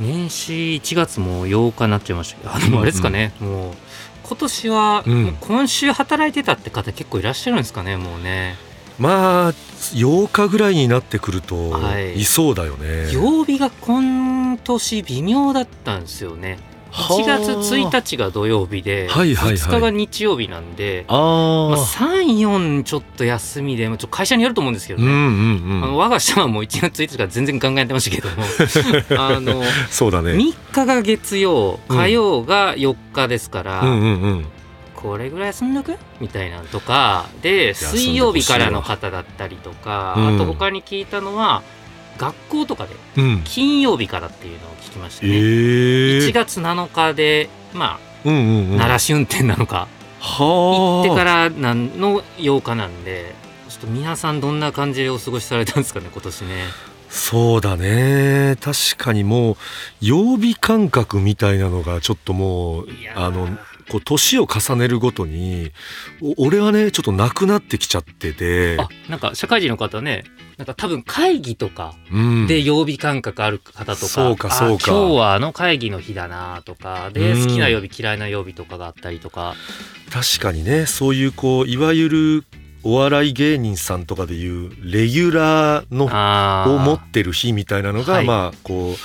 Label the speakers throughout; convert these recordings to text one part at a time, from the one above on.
Speaker 1: 年始1月も8日になっちゃいましたけど、あでもあれですかね、もう今年は、
Speaker 2: うん
Speaker 1: もう今週働いてたって方結構いらっしゃるんですかね、もうね。
Speaker 2: まあ8日ぐらいになってくると、
Speaker 1: はい
Speaker 2: い、そうだよね
Speaker 1: 曜日が今年微妙だったんですよね。
Speaker 2: はあ
Speaker 1: 1月1日が土曜日で、
Speaker 2: はいはいはい
Speaker 1: 2日が日曜日なんで、
Speaker 2: あー、
Speaker 1: まあ、3、4ちょっと休みで、まあちょっと会社によると思うんですけど
Speaker 2: うん
Speaker 1: ね。
Speaker 2: うん
Speaker 1: あ
Speaker 2: う
Speaker 1: の
Speaker 2: ん
Speaker 1: 我が社はもう1月1日から全然ガンガンやってましたけ どもあの
Speaker 2: そうだね
Speaker 1: 3日が月曜火曜が4日ですから、
Speaker 2: うんうんうん
Speaker 1: これぐらい休んどくみたいなのとか
Speaker 2: 休
Speaker 1: で
Speaker 2: んでほしいわ
Speaker 1: 水曜日からの方だったりとか、
Speaker 2: うん
Speaker 1: あと他に聞いたのは学校とかで
Speaker 2: うん
Speaker 1: 金曜日からっていうのを聞きました
Speaker 2: え
Speaker 1: ね、
Speaker 2: ー、
Speaker 1: 1月7日でま
Speaker 2: うんうんう
Speaker 1: あ
Speaker 2: ん、
Speaker 1: 鳴らし運転なのか、行
Speaker 2: は
Speaker 1: っ
Speaker 2: あ
Speaker 1: てからなんの8日なんでちょっと皆さんどんな感じでお過ごしされたんですかね今年ね
Speaker 2: そうだね確かにもう曜日感覚みたいなのがちょっともう
Speaker 1: いやー
Speaker 2: あのこう年を重ねるごとにお俺はねちょっとなくなってきちゃってて
Speaker 1: あなんか社会人の方ねなんか多分会議とか
Speaker 2: うん、
Speaker 1: で曜日感覚ある方とか,、
Speaker 2: そうかそうか
Speaker 1: あ今日はあの会議の日だなとかで
Speaker 2: うん
Speaker 1: 好きな曜日嫌いな曜日とかがあったりとか、
Speaker 2: 確かにねそういうこういわゆるお笑い芸人さんとかでいうレギュラーの
Speaker 1: あー
Speaker 2: を持ってる日みたいなのが、
Speaker 1: はい
Speaker 2: まあこう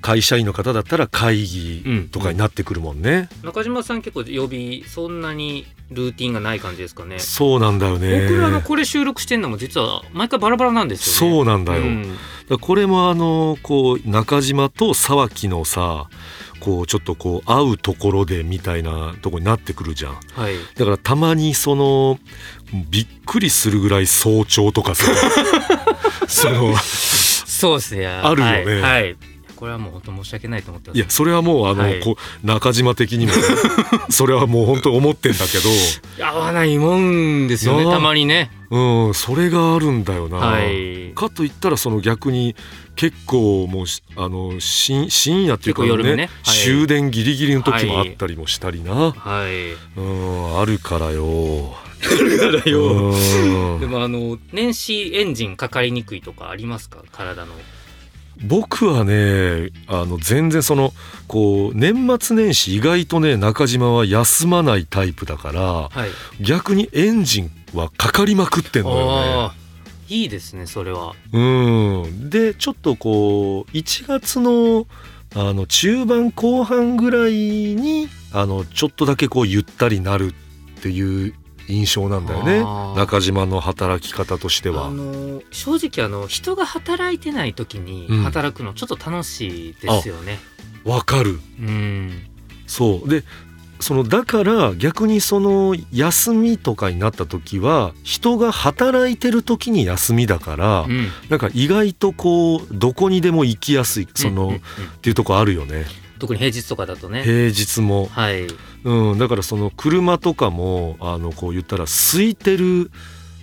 Speaker 2: 会社員の方だったら会議とかになってくるもんね、
Speaker 1: 中島さん結構曜日そんなにルーティンがない感じですかね。
Speaker 2: そうなんだよね
Speaker 1: 僕らのこれ収録してんのも実は毎回バラバラなんですよね。
Speaker 2: そうなんだよ、
Speaker 1: ん
Speaker 2: だからこれもあのこう中島と沢木のさこうちょっとこう会うところでみたいなとこになってくるじゃん
Speaker 1: はい。
Speaker 2: だからたまにそのびっくりするぐらい早朝と かさその
Speaker 1: そうですね。
Speaker 2: あるよね
Speaker 1: はい。はいこれはもう本当申し訳ないと思ってます。
Speaker 2: いやそれはもうあの、
Speaker 1: はい
Speaker 2: こう中島的 にもね、それはもう本当思ってんだけ
Speaker 1: 合わないもんですよね。
Speaker 2: なあ
Speaker 1: たまにね。
Speaker 2: どうんそれがあるんだよな、
Speaker 1: はい。
Speaker 2: かといったらその逆に結構もうしあの深深夜っていうか
Speaker 1: 結構夜
Speaker 2: ね
Speaker 1: ねはい
Speaker 2: 終電ギリギリの時もあったりもしたりな、
Speaker 1: はい。
Speaker 2: うんあるからよ。
Speaker 1: だからよ
Speaker 2: うん
Speaker 1: でもあの年始エンジンかかりにくいとかありますか体の
Speaker 2: 僕はねあの全然そのこう年末年始意外とね中島は休まないタイプだから
Speaker 1: はい
Speaker 2: 逆にエンジンはかかりまくってんだよね。
Speaker 1: あーいいですねそれは
Speaker 2: うん、でちょっとこう1月のあの中盤後半ぐらいにあのちょっとだけこうゆったりなるっていう印象なんだよね
Speaker 1: あー
Speaker 2: 中島の働き方として
Speaker 1: あ
Speaker 2: は。
Speaker 1: の正直あの人が働いてない時に
Speaker 2: うん
Speaker 1: 働くのちょっと楽しいですよね
Speaker 2: わかる
Speaker 1: うん
Speaker 2: そうでそのだから逆にその休みとかになった時は人が働いてる時に休みだから、
Speaker 1: うん
Speaker 2: なんか意外とこうどこにでも行きやすいその、
Speaker 1: うんうんう
Speaker 2: っ
Speaker 1: ん
Speaker 2: ていうとこあるよね
Speaker 1: 特に平日とかだとね
Speaker 2: 平日も、
Speaker 1: はい
Speaker 2: うん、だからその車とかもあのこう言ったら空いてる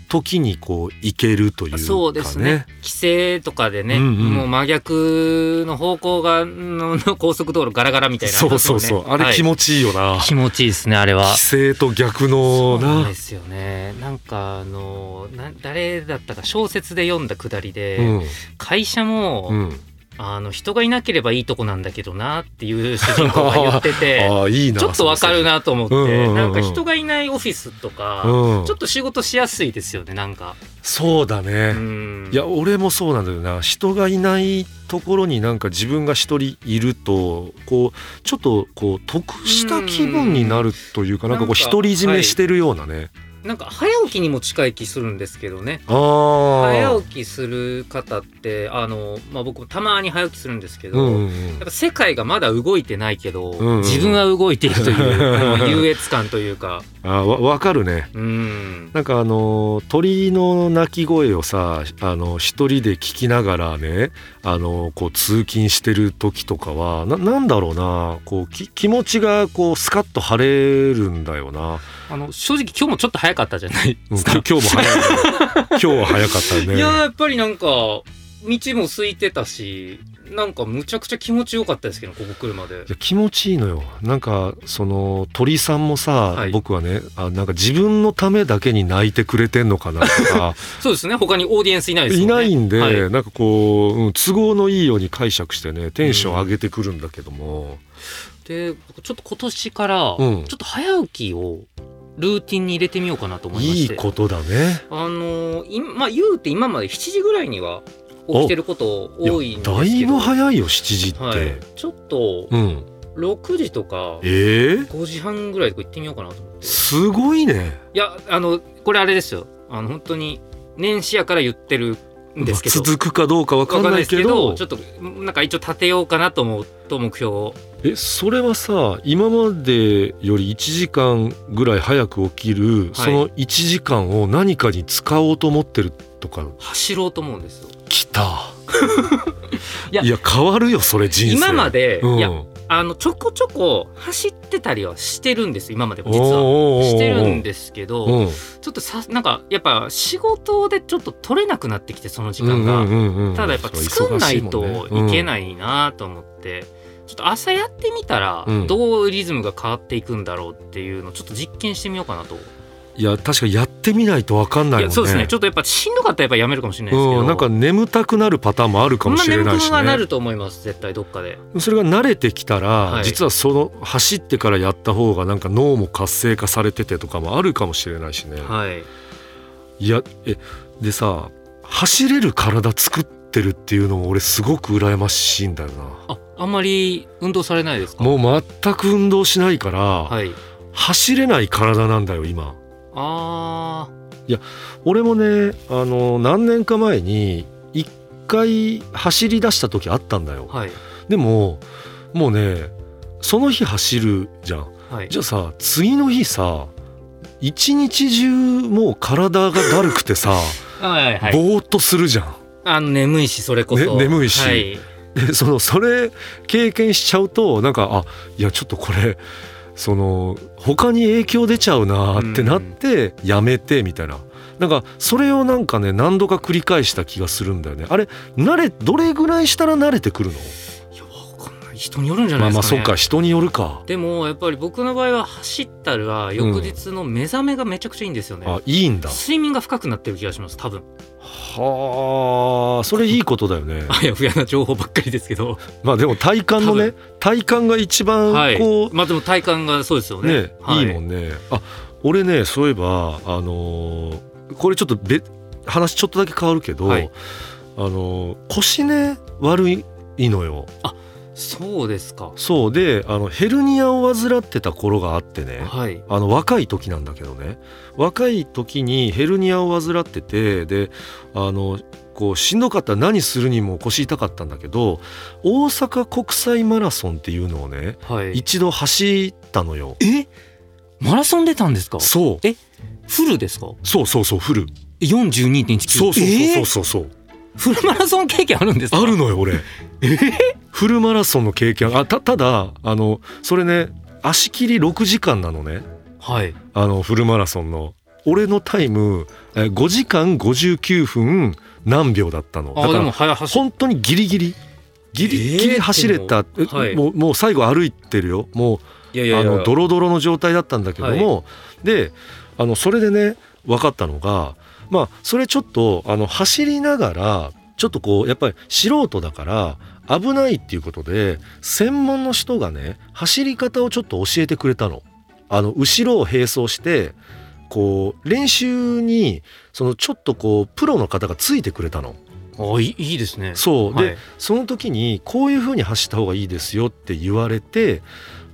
Speaker 2: 時にこう行けるというかね
Speaker 1: そうですね規制とかでね、
Speaker 2: うんうん
Speaker 1: もう真逆の方向がのの高速道路ガラガラみたいな、
Speaker 2: そうそうそう、あれ気
Speaker 1: ち
Speaker 2: 持ちいいよな、
Speaker 1: 気持ちいいですねあれは
Speaker 2: 規制と逆
Speaker 1: そ
Speaker 2: の
Speaker 1: うなん
Speaker 2: な
Speaker 1: ですよねなんかあのな誰だったか小説で読んだくだりで、
Speaker 2: うん
Speaker 1: 会社も、
Speaker 2: うん、
Speaker 1: あの人がいなければいいとこなんだけどなっていう主人公が言ってて
Speaker 2: ああいいな
Speaker 1: ちょっとわかる
Speaker 2: な
Speaker 1: なと思って、
Speaker 2: うんうんうんうん
Speaker 1: なんか人がいないオフィスとか、
Speaker 2: うん
Speaker 1: ちょっと仕事しやすいですよねなんか。
Speaker 2: そうだ
Speaker 1: う
Speaker 2: ね、
Speaker 1: ん
Speaker 2: いや俺もそうなんだよな人がいないところになんか自分が一人いるとこうちょっとこう得した気分になるというか、
Speaker 1: うん
Speaker 2: なんかこ
Speaker 1: な
Speaker 2: うん
Speaker 1: か
Speaker 2: 独り占めしてるようなね
Speaker 1: なんか早起きにも近い気するんですけどね
Speaker 2: ああ
Speaker 1: 早起きする方ってあの、まあ、僕もたまに早起きするんですけど、
Speaker 2: うんうんうん
Speaker 1: やっぱ世界がまだ動いてないけ
Speaker 2: ん
Speaker 1: ど、
Speaker 2: うん
Speaker 1: 自分は動いている という優越感というか
Speaker 2: あわわかるね
Speaker 1: うん
Speaker 2: なんかあのー鳥の鳴き声をさあの一人で聞きながらねあのこう通勤してる時とかはななんだろうなこうき気持ちがこうスカッと晴れるんだよな、
Speaker 1: あの正直今日もちょっと早かったじゃない
Speaker 2: うん、
Speaker 1: です
Speaker 2: き
Speaker 1: か、
Speaker 2: ょ今日も早い 今日は早かった
Speaker 1: いやー
Speaker 2: ね
Speaker 1: やっぱりなんか道も空いてたしなんかむちゃくちゃ気持ちよかったですけどここ来るまで
Speaker 2: いや気持ちいいのよなんかその鳥さんもさ、
Speaker 1: はい
Speaker 2: 僕はねあなんか自分のためだけに泣いてくれてんのかなとか
Speaker 1: そうですね他にオーディエンスいないです
Speaker 2: い
Speaker 1: よね
Speaker 2: ないんで、
Speaker 1: はい
Speaker 2: なんかこう、うん都合のいいように解釈してねテンション上げてくるんだけども、
Speaker 1: で僕ちょっと今年から、
Speaker 2: うん
Speaker 1: ちょっと早起きをルーティンに入れてみようかなと思いま
Speaker 2: い
Speaker 1: し
Speaker 2: い
Speaker 1: て
Speaker 2: ことだね
Speaker 1: あのーいまあ言うて今まで7時ぐらいには起きてること多いんですけど
Speaker 2: やだいぶ早いよ7時って、
Speaker 1: はい、ちょっと
Speaker 2: うん
Speaker 1: 6時とか
Speaker 2: えー、
Speaker 1: 5時半ぐらいとか行ってみようかなと思って
Speaker 2: すごいね
Speaker 1: いやあのこれあれですよあの本当に年始やから言ってるんですけど
Speaker 2: まあ続くかどうかわかんないけど
Speaker 1: わかんないですけどちょっとなんか一応立てようかなと思うと目標を
Speaker 2: えそれはさ今までより1時間ぐらい早く起きる、
Speaker 1: い
Speaker 2: その1時間を何かに使おうと思ってるとか
Speaker 1: 走ろうと思うんですよ
Speaker 2: きた
Speaker 1: いや
Speaker 2: いや変わるよそれ人生
Speaker 1: 今まで、
Speaker 2: うん、
Speaker 1: いやあのちょこちょこ走ってたりはしてるんです今までも実は
Speaker 2: は
Speaker 1: してるんですけど
Speaker 2: うん、
Speaker 1: ちょっとさなんかやっぱ仕事でちょっと取れなくなってきてその時間が、
Speaker 2: が
Speaker 1: ただやっぱ作んないといけないなと思って、ちょっと朝やってみたら
Speaker 2: うん
Speaker 1: どうリズムが変わっていくんだろうっていうのをちょっと実験してみようかなと、
Speaker 2: いや確かやってみないとわかんないいもん
Speaker 1: や
Speaker 2: ね
Speaker 1: そうですねちょっとやっぱしんどかったらやっぱやめるかもしれないですけど、
Speaker 2: うん、なんか眠たくなるパターンもあるかもしれないし、
Speaker 1: まあ、眠くはな
Speaker 2: ね
Speaker 1: ると思います絶対どっかで
Speaker 2: それが慣れてきたら、
Speaker 1: はい
Speaker 2: 実はその走ってからやった方がなんか脳も活性化されててとかもあるかもしれないしね、
Speaker 1: はい
Speaker 2: い、やえでさ走れる体作ってるっていうのも俺すごく羨ましいんだよな
Speaker 1: ああんまり運動されないですか
Speaker 2: もう全く運動しないから、
Speaker 1: はい
Speaker 2: 走れない体なんだよ今
Speaker 1: あ
Speaker 2: 俺もねあの何年か前に一回走り出した時あったんだよ、
Speaker 1: ーはい
Speaker 2: でももうねその日走るじゃん
Speaker 1: はい
Speaker 2: じゃあさ次の日さ一日中もう体がだるくてさ、
Speaker 1: はいはいはい
Speaker 2: ぼーっとするじゃん
Speaker 1: あの眠いしそれこ
Speaker 2: ね
Speaker 1: そ、
Speaker 2: 眠いし
Speaker 1: はい、
Speaker 2: でそのそれ経験しちゃうとなんかあいやちょっとこれその他に影響出ちゃうなってなってやめてみたいな、なんかそれをなんかね何度か繰り返した気がするんだよねあれ慣れどれぐらいしたら慣れてくるの
Speaker 1: いやわかんない人によるんじゃな
Speaker 2: まあ
Speaker 1: いですか、ね、
Speaker 2: まあそっか人によるか
Speaker 1: でもやっぱり僕の場合は走ったら翌日の目覚めがめちゃくちゃいいんですよね、
Speaker 2: あいいんだ
Speaker 1: 睡眠が深くなってる気がします多分
Speaker 2: はあそれいいことだよ ね
Speaker 1: あやふやな情報ばっかりですけ ど
Speaker 2: まあでも体感のね体感が一
Speaker 1: は
Speaker 2: 番
Speaker 1: い
Speaker 2: こう、
Speaker 1: まあでも体感がそうですよね
Speaker 2: ね
Speaker 1: はい
Speaker 2: いもんねあ俺ねそういえばあのーこれちょっと別話ちょっとだけ変わるけど、
Speaker 1: はい
Speaker 2: あのー腰ね悪いのよ
Speaker 1: そうですか
Speaker 2: そうであのヘルニアを患ってた頃があってね、
Speaker 1: はい
Speaker 2: あの若い時なんだけどね若い時にヘルニアを患っててであのこうしんどかったら何するにも腰痛かったんだけど大阪国際マラソンっていうのをね
Speaker 1: はい
Speaker 2: 一度走ったのよ
Speaker 1: えマラソン出たんですか
Speaker 2: そう
Speaker 1: えフルですか
Speaker 2: そうそうそうフルそ
Speaker 1: 42.195
Speaker 2: うそうそううそうそう、
Speaker 1: フルマラソン経験あるんですか
Speaker 2: あるのよ俺フルマラソンの経験あたただあのそれね足切り6時間なのね
Speaker 1: はい
Speaker 2: あのフルマラソンの俺のタイムえー5時間59分何秒だったのだ
Speaker 1: あ
Speaker 2: か
Speaker 1: で
Speaker 2: ら
Speaker 1: も早走
Speaker 2: 本当にギリギリギリギ
Speaker 1: え
Speaker 2: リ
Speaker 1: ー
Speaker 2: 走れた、
Speaker 1: でもはい
Speaker 2: えもうもう最後歩いてるよもう
Speaker 1: いやい
Speaker 2: あのドロドロの状態だったんだけども、であのそれでね分かったのがまあそれちょっとあの走りながらちょっとこうやっぱり素人だから危ないっていうことで専門の人がね走り方をちょっと教えてくれたの。あの後ろを並走してこう練習にそのちょっとこうプロの方がついてくれたの。
Speaker 1: あいいいいですね
Speaker 2: そうで、
Speaker 1: はい
Speaker 2: その時にこういう風に走った方がいいですよって言われて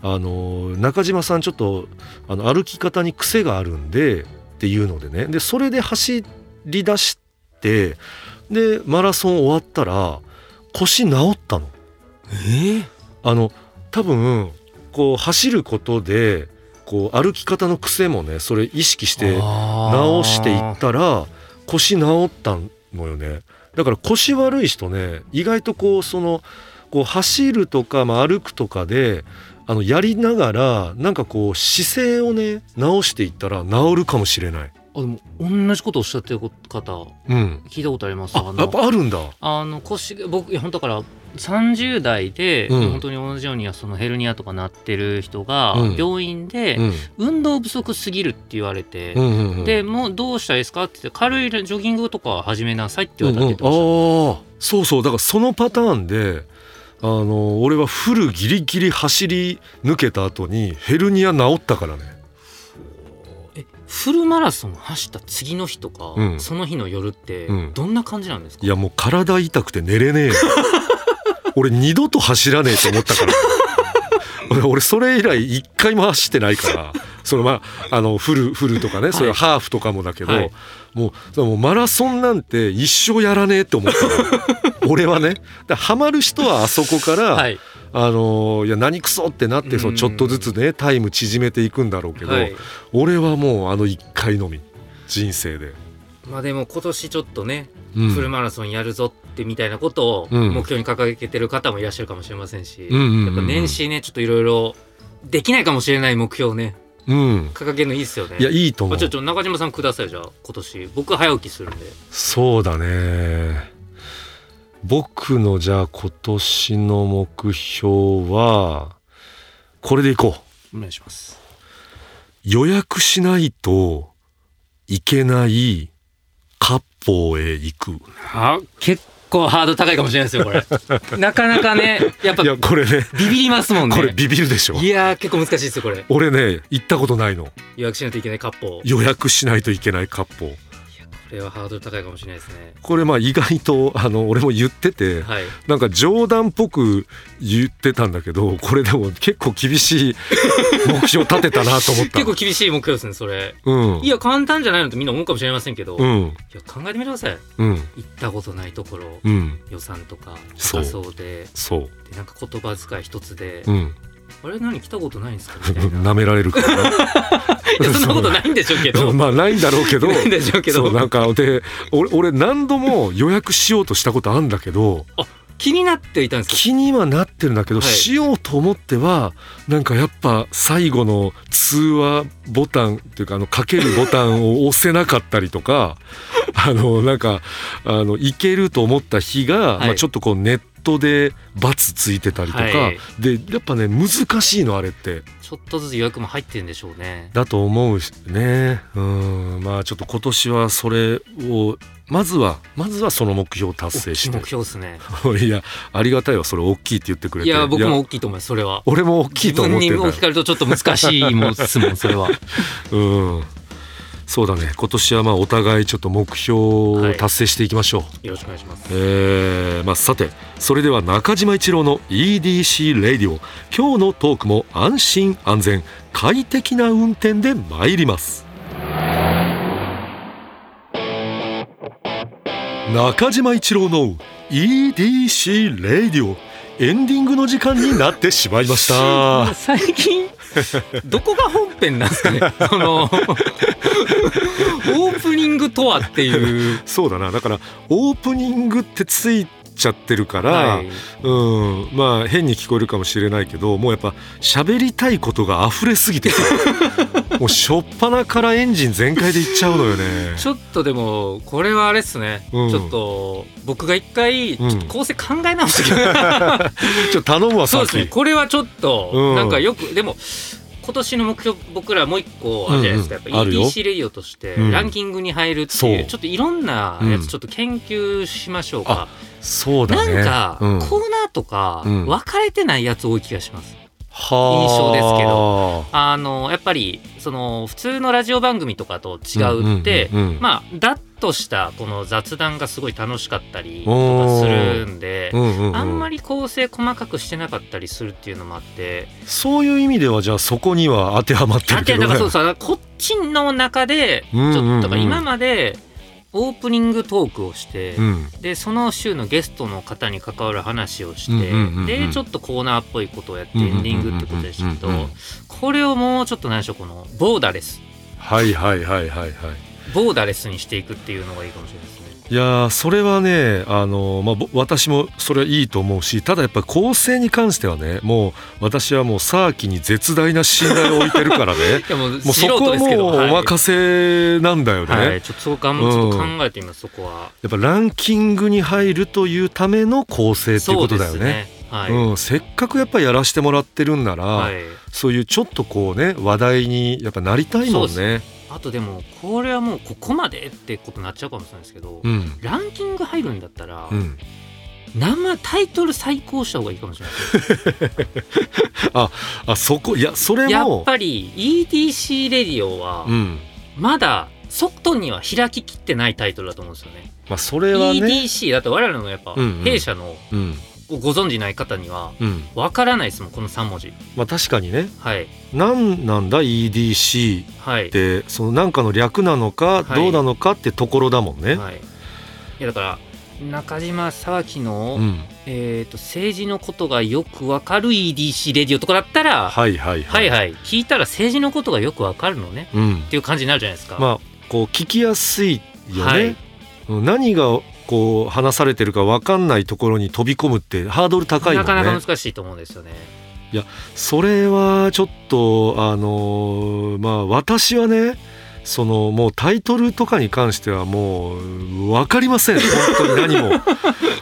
Speaker 2: あの中島さんちょっとあの歩き方に癖があるんでっていうのでねでそれで走り出してでマラソン終わったら腰治ったの。
Speaker 1: え
Speaker 2: あの多分こう走ることでこう歩き方の癖もねそれ意識して直
Speaker 1: 直
Speaker 2: していったら腰治ったのよねだから腰悪い人ね意外とこうそのこう走るとか、まあ、歩くとかであのやりながらなんかこう姿勢をね直していったら治るかもしれない。
Speaker 1: あでも同じことおっしゃってる方
Speaker 2: うん、
Speaker 1: 聞いたことあります
Speaker 2: あ
Speaker 1: の
Speaker 2: やっぱあるんだ。
Speaker 1: あの腰が僕いや本当だから30代で、
Speaker 2: うん
Speaker 1: 本当に同じようにそのヘルニアとかなってる人が、
Speaker 2: うん
Speaker 1: 病院で、
Speaker 2: うん
Speaker 1: 運動不足すぎるって言われて、
Speaker 2: うんうんうん
Speaker 1: でもうどうしたらいいですかって言って軽いジョギングとかは始めなさいって言われたって言っ
Speaker 2: う
Speaker 1: てま
Speaker 2: ん
Speaker 1: し
Speaker 2: うんああそうそうだからそのパターンであの俺はフルギリギリ走り抜けた後にヘルニア治ったからね
Speaker 1: た、えフルマラソン走った次の日とか、
Speaker 2: うん
Speaker 1: その日の夜って
Speaker 2: うん
Speaker 1: どんな感じなんですか、
Speaker 2: いやもう体痛くて寝れねえよ 俺二度と走らねえと思ったから 俺俺それ以来一回も走ってないからそのまああのフルフルとかね、
Speaker 1: い
Speaker 2: それはハーフとかもだけど、
Speaker 1: はい
Speaker 2: もうそのもうマラソンなんて一生やらねえと思った の俺はねだからハマる人はあそこから、
Speaker 1: はい、
Speaker 2: あのいや何クソってなってそううんちょっとずつねタイム縮めていくんだろうけど、
Speaker 1: はい、
Speaker 2: 俺はもうあの1回のみ人生で、
Speaker 1: まあでも今年ちょっとね、
Speaker 2: うん
Speaker 1: フルマラソンやるぞってみたいなことを
Speaker 2: うん
Speaker 1: 目標に掲げてる方もいらっしゃるかもしれませんし、
Speaker 2: うんうんうん
Speaker 1: やっぱ年始ねちょっといろいろできないかもしれない目標をね
Speaker 2: うん
Speaker 1: 掲げるのいいですよね
Speaker 2: いやいいと思
Speaker 1: あ
Speaker 2: う
Speaker 1: ちょっと中島さんくださいじゃあ今年僕早起きするんで
Speaker 2: そうだね僕のじゃあ今年の目標はこれでいこう
Speaker 1: お願いします
Speaker 2: 予約しないといけない割烹へ行く
Speaker 1: あ結構ハードル高いかもしれないですよこ れなかなかねやっぱ
Speaker 2: いやこれね
Speaker 1: ビビりますもんね
Speaker 2: これビビるでしょ
Speaker 1: いやー結構難しいですよこれ
Speaker 2: 俺ね行ったことないの
Speaker 1: 予約しないといけない割烹
Speaker 2: 予約しないといけない割烹
Speaker 1: これはハードル高いかもしれないですね
Speaker 2: これまあ意外とあの俺も言ってて
Speaker 1: はい
Speaker 2: なんか冗談っぽく言ってたんだけどこれでも結構厳しい目標立てたなと思った
Speaker 1: 結構厳しい目標ですねそれ
Speaker 2: うん
Speaker 1: いや簡単じゃないのってみんな思うかもしれませんけど、
Speaker 2: う
Speaker 1: い
Speaker 2: ん
Speaker 1: や考えてみてください
Speaker 2: うん
Speaker 1: 行ったことないところ
Speaker 2: うん
Speaker 1: 予算とか
Speaker 2: そう
Speaker 1: 高そうで
Speaker 2: そう
Speaker 1: でなんか言葉遣い一つで
Speaker 2: うん
Speaker 1: 「あれ何来たことないんですか?」みたいな
Speaker 2: 舐められるから な
Speaker 1: いやそんなことないんでしょうけ
Speaker 2: そ
Speaker 1: ど
Speaker 2: うまあないんだろうけど
Speaker 1: ないんでしょうけ
Speaker 2: そうな
Speaker 1: ど
Speaker 2: んかで俺俺何度も予約しようとしたことあんだけど
Speaker 1: 気になっていたんです
Speaker 2: 気にはなってるんだけど、
Speaker 1: はい
Speaker 2: しようと思ってはなんかやっぱ最後の通話ボタンっていうかあのかけるボタンを押せなかったりとか あのなんかあのいけると思った日が、
Speaker 1: はい
Speaker 2: まあ、ちょっとこうネットで×ついてたりとか、
Speaker 1: はい
Speaker 2: でやっぱね難しいのあれって
Speaker 1: ちょっとずつ予約も入ってるんでしょうね
Speaker 2: だと思うしねうんまあちょっと今年はそれをまずはまずはその目標を達成
Speaker 1: 大き
Speaker 2: し
Speaker 1: い
Speaker 2: て
Speaker 1: 目標ですね
Speaker 2: いやありがたいわそれ大きいって言ってくれ
Speaker 1: い
Speaker 2: て
Speaker 1: や僕も大きいと思いますそれは
Speaker 2: 俺も大きいと思って
Speaker 1: 自
Speaker 2: る
Speaker 1: 分に置き換えるとちょっと難しいもんですもんそ れは
Speaker 2: うんそうだね今年はまあお互いちょっと目標を達成していきましょう、
Speaker 1: よろしくお願いします
Speaker 2: えーまあ、さてそれでは中島一郎の EDC レディオ今日のトークも安心安全快適な運転で参ります中島一郎の EDC レディオエンディングの時間になってしまいました
Speaker 1: 最近どこが本編なんですかねそ のオープニングとはっていう
Speaker 2: そうだなだからオープニングってついちゃってるから、
Speaker 1: はい
Speaker 2: うんまあ変に聞こえるかもしれないけどもうやっぱ喋りたいことが溢れすぎて さもうしょっぱなからエンジン全開でいっちゃうのよね。
Speaker 1: ちょっとでもこれはあれっすね、
Speaker 2: うん
Speaker 1: ちょっと僕が一回ち
Speaker 2: う
Speaker 1: ょ
Speaker 2: ん
Speaker 1: っと構成考え直して くる、
Speaker 2: ちょっと頼むわ
Speaker 1: そ
Speaker 2: さっ
Speaker 1: うで
Speaker 2: き
Speaker 1: すねこれはちょっと、
Speaker 2: うん
Speaker 1: なんかよくでも今年の目標僕らもう一個あるじゃないですか、
Speaker 2: うんうん
Speaker 1: やっぱ
Speaker 2: あるよ
Speaker 1: EDC レディオとして
Speaker 2: うん
Speaker 1: ランキングに入るっていう、
Speaker 2: そう
Speaker 1: ちょっといろんなやつちょっと研究しましょうか、
Speaker 2: そうだ
Speaker 1: なん
Speaker 2: ね
Speaker 1: か、
Speaker 2: うん
Speaker 1: コーナーとか
Speaker 2: うん
Speaker 1: 分かれてないやつ多い気がします。
Speaker 2: はあ
Speaker 1: 印象ですけあのやっぱりその普通のラジオ番組とかと違うって、
Speaker 2: うんうんうんうん
Speaker 1: まあだっとしたこの雑談がすごい楽しかったりとかするんで、
Speaker 2: うんうんうん
Speaker 1: あんまり構成細かくしてなかったりするっていうのもあって、
Speaker 2: そういう意味ではじゃあそこには当てはまって
Speaker 1: あ
Speaker 2: るけ
Speaker 1: て
Speaker 2: ど
Speaker 1: だ
Speaker 2: ね
Speaker 1: からそうそうこっちの中でち
Speaker 2: うん
Speaker 1: ょっ
Speaker 2: う
Speaker 1: と、
Speaker 2: んうん
Speaker 1: だから今までオープニングトークをして、
Speaker 2: うん
Speaker 1: でその週のゲストの方に関わる話をして、
Speaker 2: うんうんうんうん
Speaker 1: でちょっとコーナーっぽいことをやって
Speaker 2: うん
Speaker 1: エ
Speaker 2: うんうんうん
Speaker 1: ンディングってことでしたけど
Speaker 2: うんうんうん
Speaker 1: これをもうちょっと何でしょうこのボーダーレス
Speaker 2: はいはいはいはいはい
Speaker 1: ボーダーレスにしていくっていうのがいいかもしれないですね。
Speaker 2: いやーそれはねあの、まあ、ぼ私もそれはいいと思うしただやっぱ構成に関してはねもう私はもうサーキに絶大な信頼を置いてるから ね
Speaker 1: いやもう
Speaker 2: もうそ
Speaker 1: 素
Speaker 2: こ
Speaker 1: 人
Speaker 2: は
Speaker 1: ですけど
Speaker 2: もうお任せなんだよね、
Speaker 1: はい、はい、ちょっとそう頑張ちょっと考えてみます、そこは。
Speaker 2: やっぱランキングに入るというための構成っていうことだよ
Speaker 1: そう
Speaker 2: ね
Speaker 1: ですね。はい。
Speaker 2: うん、せっかくやっぱやらしてもらってるんなら、
Speaker 1: はい、
Speaker 2: そういうちょっとこうね話題にやっぱなりたいもん
Speaker 1: そう
Speaker 2: ね。
Speaker 1: あとでもこれはもうここまでってことになっちゃうかもしれないですけど、
Speaker 2: うん
Speaker 1: ランキング入るんだったら、
Speaker 2: うん、
Speaker 1: 生タイトル最高した方がいいかもしれないです
Speaker 2: あそこいやそれ
Speaker 1: や
Speaker 2: も
Speaker 1: っぱり EDC レディオは
Speaker 2: うん
Speaker 1: まだ外には開ききってないタイトルだと思うんですよね。
Speaker 2: まあ、それはね、
Speaker 1: EDC だと我々のやっぱ
Speaker 2: うんうん
Speaker 1: 弊社の
Speaker 2: うん
Speaker 1: ごご存じない方には
Speaker 2: うん
Speaker 1: わからないですもんこの3文字。
Speaker 2: まあ、確かにね
Speaker 1: はい
Speaker 2: 何なんだ EDC っ
Speaker 1: はい
Speaker 2: てその何かの略なのか
Speaker 1: はい
Speaker 2: どうなのかってところだもんね。
Speaker 1: はい、いやだから中島沢木の、
Speaker 2: うん、
Speaker 1: えー、と政治のことがよくわかる EDC レディオとかだったら、はい、
Speaker 2: はいはいは。
Speaker 1: はいい聞いたら政治のことがよくわかるのね
Speaker 2: うん
Speaker 1: っていう感じになるじゃないですか。
Speaker 2: まあこう聞きやすいよね、
Speaker 1: はい
Speaker 2: うん何がこう話されてるか分かんないところに飛び込むってハードル高いも
Speaker 1: なん
Speaker 2: ね
Speaker 1: かなか難しいと思うんですよね。
Speaker 2: それはちょっとあのーまあ私はねそのもうタイトルとかに関してはもう分かりません本当に 何も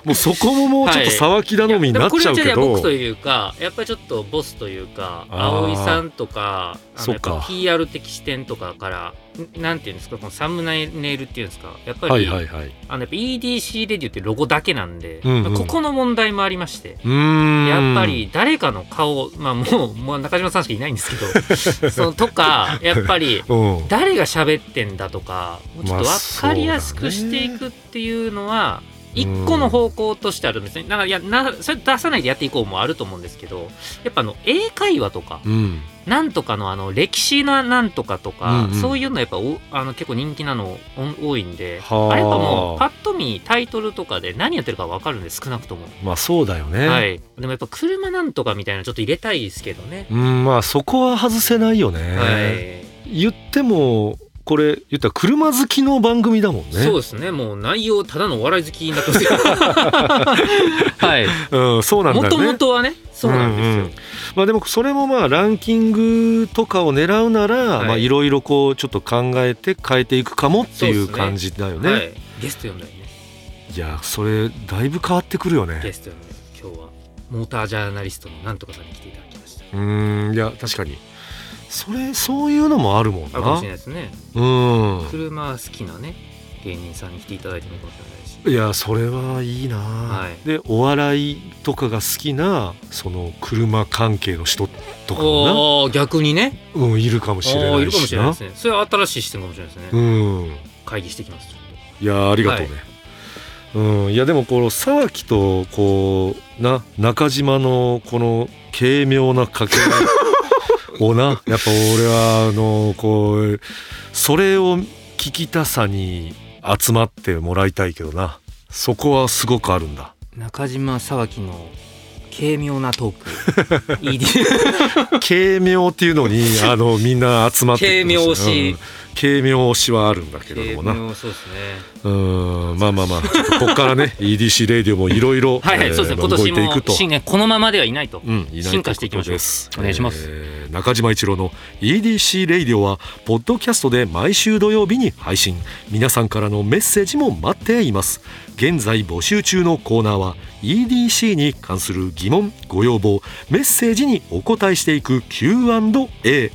Speaker 2: もうそこももうちょっと騒ぎ頼みになっちゃうけ
Speaker 1: いやでもこれはじゃあ僕
Speaker 2: ど、
Speaker 1: というかやっぱりちょっとボスというか
Speaker 2: あー
Speaker 1: 葵さんとかあの
Speaker 2: そう
Speaker 1: やっ
Speaker 2: か
Speaker 1: ぱ PR 的視点とかからんなんていうんですかこのサムネイルっていうんですかやっぱり、
Speaker 2: はいはいはい
Speaker 1: あのやっぱ EDC レディオってロゴだけなんで、
Speaker 2: うんうん
Speaker 1: ここの問題もありまして。
Speaker 2: うーん
Speaker 1: やっぱり誰かの顔、まあもう、 もう中島さんしかいないんですけど、そ のとか、やっぱり
Speaker 2: うん
Speaker 1: 誰が喋ってんだとか、もうちょっと
Speaker 2: まあ
Speaker 1: 分かりやすくしていくっていうのは、一個の方向としてあるんですね。なんかいやなそれ出さないでやっていこうもあると思うんですけど、やっぱあの英会話とか、
Speaker 2: うん
Speaker 1: なんとかのあの歴史のなんとかとか、
Speaker 2: うんうん
Speaker 1: そういうのやっぱおあの結構人気なのお多いんで、
Speaker 2: はあ
Speaker 1: あれやっぱもうパッと見タイトルとかで何やってるか分かるんで少なくとも。
Speaker 2: まあそうだよね、
Speaker 1: はい、でもやっぱ車なんとかみたいなのちょっと入れたいですけどね。
Speaker 2: うんまあそこは外せないよね、
Speaker 1: はい、
Speaker 2: 言ってもこれ言ったら車好きの番組だもんね
Speaker 1: そうですねもう内容ただのお笑い好きに なってますけどはい
Speaker 2: うん、そうなんだよ
Speaker 1: も
Speaker 2: ね
Speaker 1: ともとはねそうなんですよ、
Speaker 2: うんうんまあ、でもそれもまあランキングとかを狙うなら、
Speaker 1: はい
Speaker 2: まあいろいろこうちょっと考えて変えていくかもってい
Speaker 1: そう
Speaker 2: う
Speaker 1: っすね
Speaker 2: 感じだよね
Speaker 1: はい、ゲスト呼んだりね
Speaker 2: い、やそれだいぶ変わってくるよ
Speaker 1: ゲ
Speaker 2: ね
Speaker 1: スト呼んだり今日はモータージャーナリストのなんとかさんに来ていただきました
Speaker 2: うーんいや確かにそれそういうのもあるもん
Speaker 1: あるかも
Speaker 2: な
Speaker 1: しれないですね
Speaker 2: う
Speaker 1: 車好きなね芸人さんに来ていただいてもいいかもしれないし
Speaker 2: んいやそれはいいな、
Speaker 1: い
Speaker 2: でお笑いとかが好きなその車関係の人とかも
Speaker 1: おー逆にね
Speaker 2: な、うん、いるかもしれ
Speaker 1: おー
Speaker 2: ない
Speaker 1: るかもし
Speaker 2: し
Speaker 1: れない
Speaker 2: な
Speaker 1: ですねそれは新しい視点かもしれないですね、
Speaker 2: うん
Speaker 1: 会議してきますちょっと
Speaker 2: いやーありがとうね。うん、いやでもこの沢木とこうな中島のこの軽妙な掛け合い をなやっぱ俺はあのこうそれを聞きたさに集まってもらいたいけどなそこはすごくあるんだ
Speaker 1: 中島沢木の軽妙なトーク
Speaker 2: 軽妙っていうのに あのみんな集まって
Speaker 1: 軽妙推し
Speaker 2: うん軽妙推しはあるんだけれどもな
Speaker 1: そうですね
Speaker 2: うーんまあまあまあちょっとここから ね EDC レディオもいろいろ
Speaker 1: はいはいそうですね今
Speaker 2: 動いてい
Speaker 1: 年
Speaker 2: く
Speaker 1: も
Speaker 2: と
Speaker 1: 新年このままではいないと、
Speaker 2: うん、いない
Speaker 1: 進化していきましょう
Speaker 2: とことで
Speaker 1: お願いします
Speaker 2: えー中島一郎の EDC レイディオはポッドキャストで毎週土曜日に配信皆さんからのメッセージも待っています現在募集中のコーナーは EDC に関する疑問ご要望メッセージにお答えしていく Q&A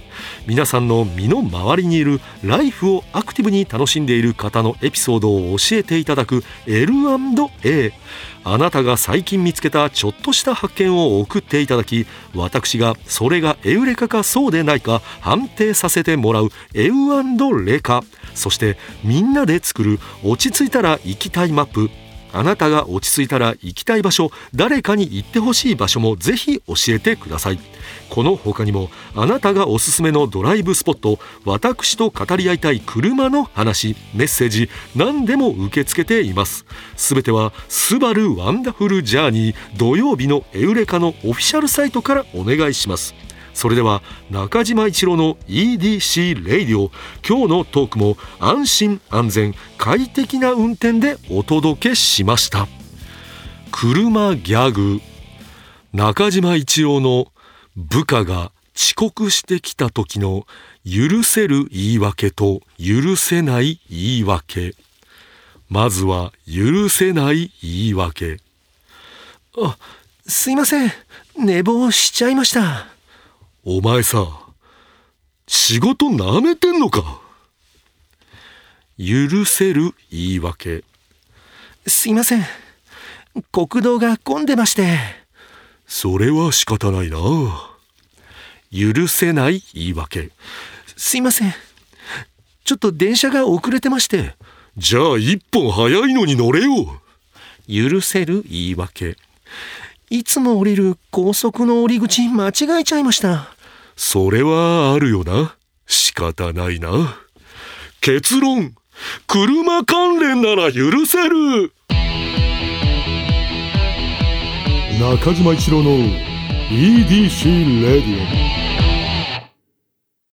Speaker 2: 皆さんの身の回りにいるライフをアクティブに楽しんでいる方のエピソードを教えていただく L&A あなたが最近見つけたちょっとした発見を送っていただき私がそれがエウレカかそうでないか判定させてもらうエウレカそしてみんなで作る落ち着いたら行きたいマップあなたが落ち着いたら行きたい場所誰かに行ってほしい場所もぜひ教えてくださいこの他にもあなたがおすすめのドライブスポット私と語り合いたい車の話メッセージ何でも受け付けていますすべては「スバルワンダフルジャーニー」土曜日のエウレカのオフィシャルサイトからお願いしますそれでは中島一郎の EDC レイディオ今日のトークも安心安全快適な運転でお届けしました車ギャグ中島一郎の部下が遅刻してきた時の許せる言い訳と許せない言い訳まずは許せない言い訳あすいません寝坊しちゃいましたお前さ、仕事舐めてんのか許せる言い訳。すいません。国道が混んでまして。それは仕方ないな。許せない言い訳。すいません。ちょっと電車が遅れてまして。じゃあ一本早いのに乗れよ。許せる言い訳。いつも降りる高速の降り口間違えちゃいました。それはあるよな。仕方ないな。結論、車関連なら許せる。
Speaker 3: 中島一郎の EDC レディオ。